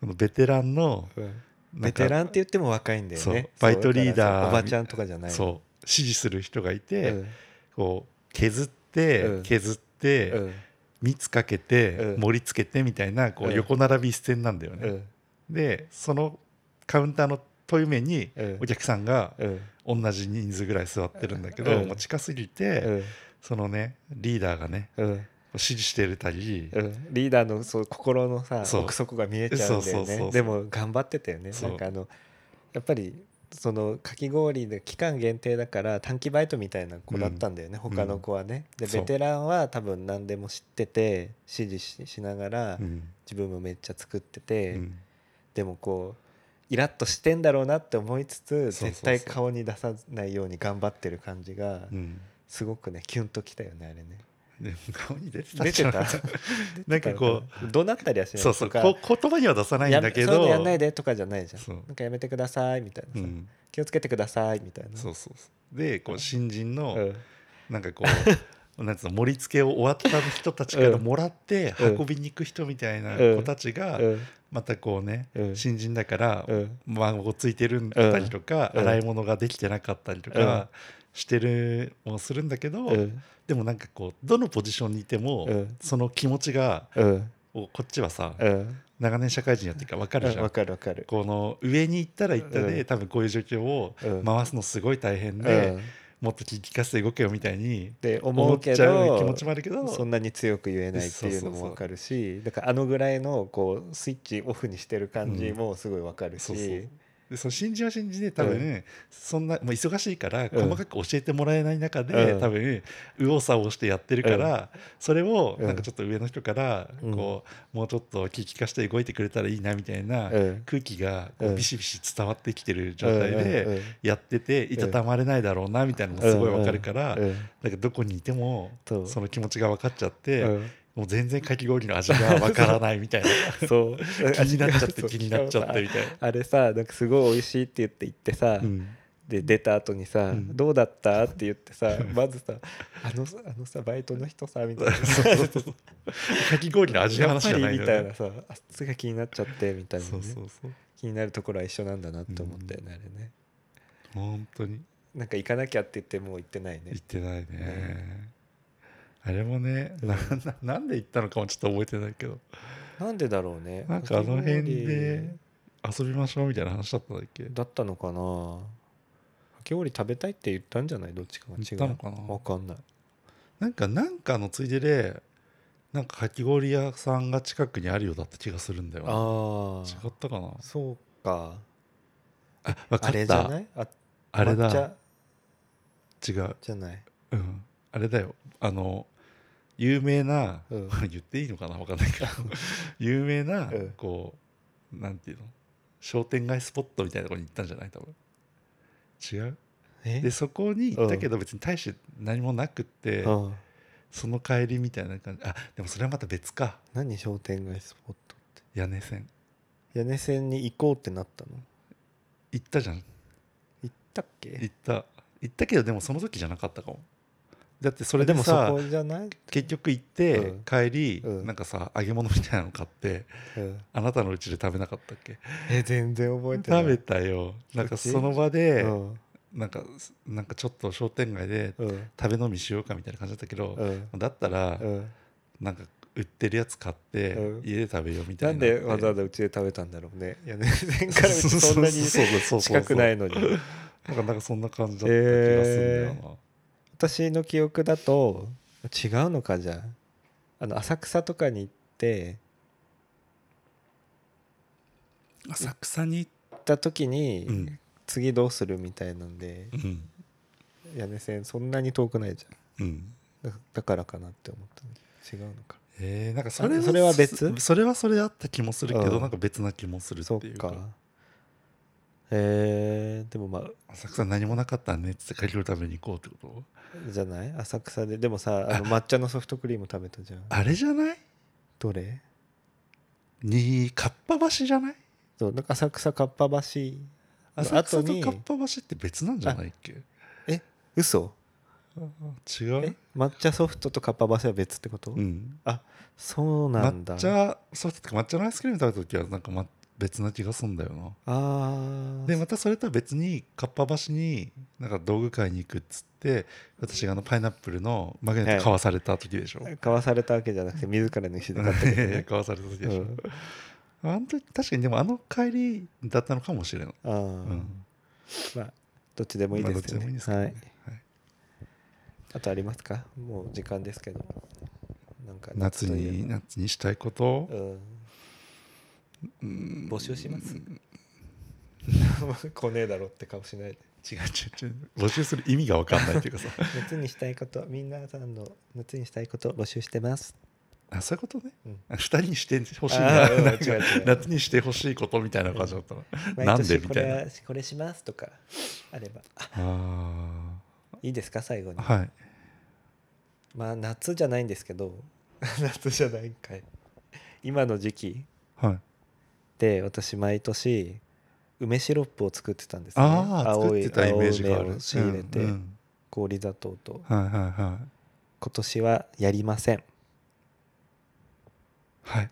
このベテランのうんなんベかテランって言っても若いんだよねそうバイトリーダーそうだからおばちゃんとかじゃないそう支持する人がいて、うんこう削って、うん削って、うん蜜かけて、うん盛り付けてみたいなこううん横並び一線なんだようね、んでそのカウンターの遠い目にうんお客さんがうん同じ人数ぐらい座ってるんだけど、うんもう近すぎて、うんそのねリーダーがねうん支持してたり、うんリーダーのそう心のさそう奥底が見えちゃうんそだうそようそうそねうでも頑張ってたよねそうなんかあのやっぱりそのかき氷で期間限定だから短期バイトみたいな子だったんだよね、ん他の子はね、でそうベテランは多分何でも知ってて指示ししながらうん自分もめっちゃ作ってて、うんでもこうイラッとしてんだろうなって思いつつそうそうそう絶対顔に出さないように頑張ってる感じがうんすごくねキュンときたよねあれねで顔に出てた出てたなんかこう怒鳴ったりはしうないそうそうとかこ言葉には出さないんだけやめそうどいうのやんないでとかじゃないじゃそうんなんかやめてくださいみたいなうさ、ん気をつけてくださいみたいなそうそうそうでこう新人の、うんなんかこう なんつうの盛り付けを終わった人たちからうんもらってうん運びに行く人みたいなうん子たちがうんまたこうねうん新人だからうん孫ついてるんだったりとかうん洗い物ができてなかったりとうんかしてるもするんだけどうんでもなんかこうどのポジションにいてもうんその気持ちがうんこうこっちはさうん長年社会人やってるから分かるじゃわん。かるわかるこの上に行ったら行ったうでん多分こういう状況をうん回すのすごい大変うでんもっと聞き聞かせて動けよみたいにで思思うっちけゃどう気持ちもあるけどそんなに強く言えないっていうのもわかるしだからあのぐらいのこうスイッチオフにしてる感じもすごいわかるそうそうしでその新人は新人で多分、うそんなもう忙しいからうん細かく教えてもらえない中で、うん多分右往左往してやってるから、それをうんなんかちょっと上の人からうんこう、もうちょっと聞きかして動いてくれたらいいなみたいなうん空気がこううんビシビシ伝わってきてる状態うんうんうでんやってていたたまれないだろうなみたいなのもすごいわかるから。うんなんかどこにいてもそうその気持ちが分かっちゃって、うんもう全然かき氷の味が分からないみたいな そう 気になっちゃって気になっちゃってみたいな。あれさなんかすごい美味しいって言って行ってさ、うんで出た後にさ、うんどうだった?」って言っ てさまずさ「あのさあのさバイトの人さ」みたいなそうそうそうそうかき氷の味のやっ話ぱじゃりないみのたいよねなさあっちが気になっちゃってみたいな、ね、そうそうそう気になるところは一緒なんだなって思ったよね、あれね本当になんか行かなきゃって言ってもう行ってないね行ってないねあれもねなななんで行ったのかもちょっと覚えてないけどなんでだろうねなんかあのか辺きで氷遊びましょうみたいな話だったんだっけだったのかなかき氷食べたいって言ったんじゃないどっちかが違言うったのかなわかんないなんかなんかのついででなんかかき氷屋さんが近くにあるようだった気がするんだよなあ違ったかなあそうかあ分かあれっじゃたないああれ抹だ茶違うじゃないうん、あれだよあの有名な、うん言っていいのかな分かんないけど有名な、うんこうなんていうの商店街スポットみたいなところに行ったんじゃない多分違うえでそこに行ったけど別に大して何もなくって、うんその帰りみたいな感じあでもそれはまた別か何商店街スポットっ屋根線て屋根線に行こうってなったの行ったじゃん行ったっけ行った行ったけどでもその時じゃなかったかもだってそそれでももそさこじゃない、結局行って、うん帰り、うんなんかさ揚げ物みたいなの買ってうんあなたのうちで食べなかったっけえ全然覚えてない食べたよなんかうちその場で、うんなんかなんかちょっと商店街でうん食べ飲みしようかみたいな感じだったけどう、んだったら、うんなんか売ってるやつ買って、うん家で食べようみたないんなでわざわざうちで食べたんだろうね屋根線からうちそんなにそうそうそうそう近くないのになんかなんかそんな感じだった気がするんだよな、私の記憶だと違うのかじゃああの浅草とかに行って浅草に行った時に、うん次どうするみたいなんでうん屋根線そんなに遠くないじうんゃんだだからかなって思ったんだけど違うのかえー、なんかそれあそれは別それはそれだった気もするけど、うんなんか別な気もするっそっていうかかえーでもまあ浅草何もなかったねっつってかき氷食べに行こうってことじゃない浅草ででもさあの抹茶のソフトクリーム食べた じゃんあれじゃないどれにかっぱ橋じゃないそうなんか浅草かっぱ橋の浅草後とにかっぱ橋って別なんじゃないっけ嘘違えう抹茶ソフトとかっぱバスは別ってこと、うんあそうなんだ抹茶ソフトとか抹茶のアイスクリーム食べた時はなんか、ま、別な気がすんだよなあーでまたそれとは別にかっぱ橋になんか道具買いに行くっつって私があのパイナップルのマグネット買わされた時でしょ、買わされたわけじゃなくて自らの意思 で 買ったけどね買わされた時でうしょ、んあの時確かにでもあの帰りだったのかもしれない、ああ、うんまあどっちでもいいまあどでっちすでもよいいねですけどねはいあとありますかもう時間ですけどなんか夏といえに夏にしたいことば、うん、うん募集します 来ねえだろって顔しないで違う違う違う募集する意味が分かんないって いうかさ夏にしたいことみんなさんの夏にしたいこと募集してますあそういうことね、うんあ二人にしてほしいあなーうんなんか違う違う夏にしてほしいことみたいな感じだったの、な毎んで年みこたいなれはこれしますとかあればああいいですか最後にあはいまあ夏じゃないんですけど 夏じゃないんかい今の時期はいで私毎年梅シロップを作ってたんですねああ作青っいてたイメージがあ青梅るを仕入れて、うんうん氷砂糖とはいはいはい今年はやりませんはい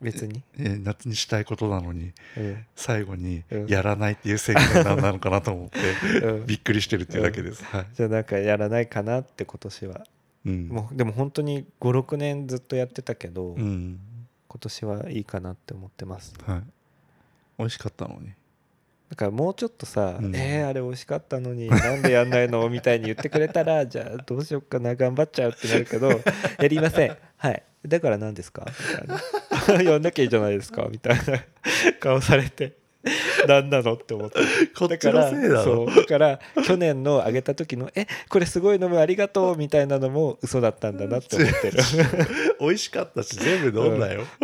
別に、えー夏にしたいことなのにうん最後にうんやらないっていう宣言なんなのかなと思って、うんびっくりしてるっていうだけです、はいじゃあなんかやらないかなって今年はうんもうでも本当に56年ずっとやってたけど、うん今年はいいかなって思ってますはい美味しかったの にだからもうちょっとさ「うんえー、あれ美味しかったのになんでやんない の?」みたいに言ってくれたらじゃあどうしよっかな頑張っちゃうってなる けど「やりませんはいだから何ですか?」みたいな「や んなきゃいいじゃないですか」みたいな顔されて何なのって思ってこだっかちらのせいだそろうだから去年のあげた時の「えこれすごい飲むありがとう」みたいなのも嘘だったんだなって思ってる。美味しかったし全部飲んだよ、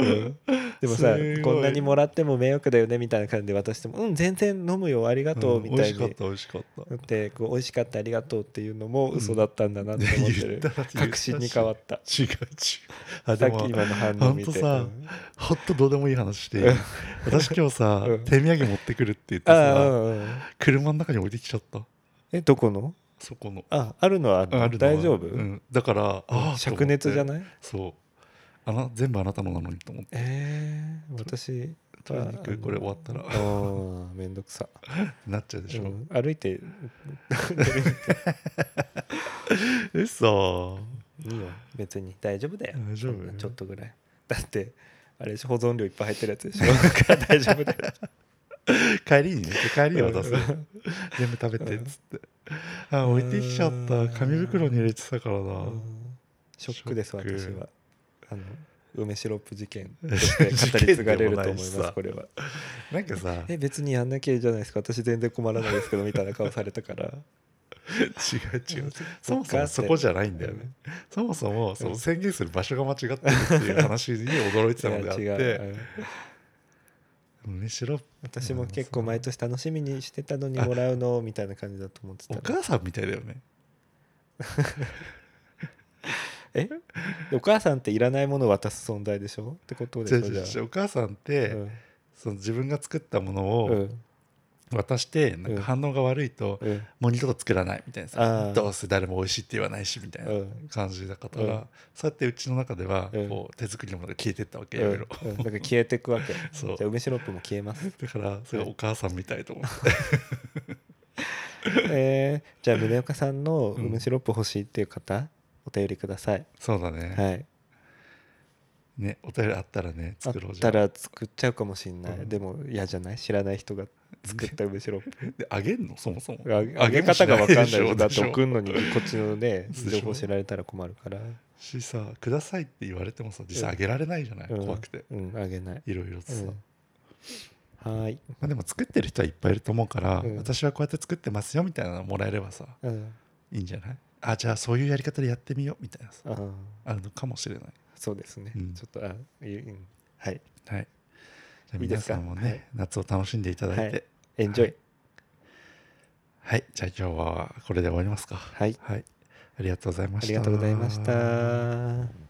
でもさすごいこんなにもらっても迷惑だよねみたいな感じで渡しても「うん全然飲むよありがとう」み美た味いしかっにた美味しかっただってこう美味しかったありがとうっていうのも嘘だったんだなって思ってうんる言ったら言ったし確信に変わった違う違うあさでっきも今の反応見ほんとて、さうんほんとどうでもいい話していい私今日さ、うん手土産持ってくるって言ってああうさんうん車の中に置いてきちゃったえどこのそこのああるのはあるのあるのは大丈夫、うん、だからああ灼熱じゃいないそうあな全部あなたのなのにと思ってえー、私取りに行くこれ終わったらあーめんどくさ、なっちゃうでしょ、うん歩いてえそいいよ別に大丈夫だよ大丈夫そんなちょっとぐらいだってあれでしょ保存量いっぱい入ってるやつでしょだから大丈 夫だよ帰りにね帰りに渡す全部食べてっつってあ置いてきちゃった紙袋に入れてたからなショックですショック私はあの梅シロップ事 件として語り継がれると思いま事件すでもないしさこれはなんかさ違え別にやんなきゃいいじゃないですか私全然困らないですけどみたいな顔されたからう違うそもそもそこじゃないんだよねそもそもそう宣言する場所が間違ってるっていう話に驚いてたのであっいや違うてうん梅シロップ私も結構毎年楽しみにしてたのにもらうのみたいな感じだと思っておた母さんみたいだよねえお母さんっていらないものを渡す存在でしょってことで違しうょ違うじ違ゃうお母さんっあてその自分が作ったものうんうをん渡してなんか反応が悪いとうんもう二度と作らないみたいなあさーどうせ誰も美味しいって言わないしみたいなうん感じだから、うんそうやってうちの中ではうんこう手作りのものが消えてったわけ、うんいろいろうんだから消えていくわけそうじゃあ梅シロップも消えます だからそれがお母さんみたいと思って えーじゃあ宗岡さんの梅シロップ欲しいっていう方、お便りください、そうだね、はい、ねお便りあったらねあっ作ろうじゃたんら作っちゃうかもしんない、うんでも嫌じゃない知らない人が作った梅シロップであげんのそもそもあ 揚げもし方が分かんないでしょだっでてしょ送るのにこっちのね でしょ情報知られたら困るからしさくださいって言われてもさ実際あげられないじゃない、うん怖くてうんあげない、いろいろとさ、うんまはーい、あ、でも作ってる人はいっぱいいると思うから、うん私はこうやって作ってますよみたいなのもらえればさうん、いいんじゃないあじゃあそういうやり方でやってみようみたいなさあーあるのかもしれないそうですね、うんちょっとあいうんはいはい。じゃあいいで皆すかさんもね、はい夏を楽しんでいただいて。エンジョイはい、じゃあ今日はこれで終わりますか。はい、はい。ありがとうございまあした。りがとうございました。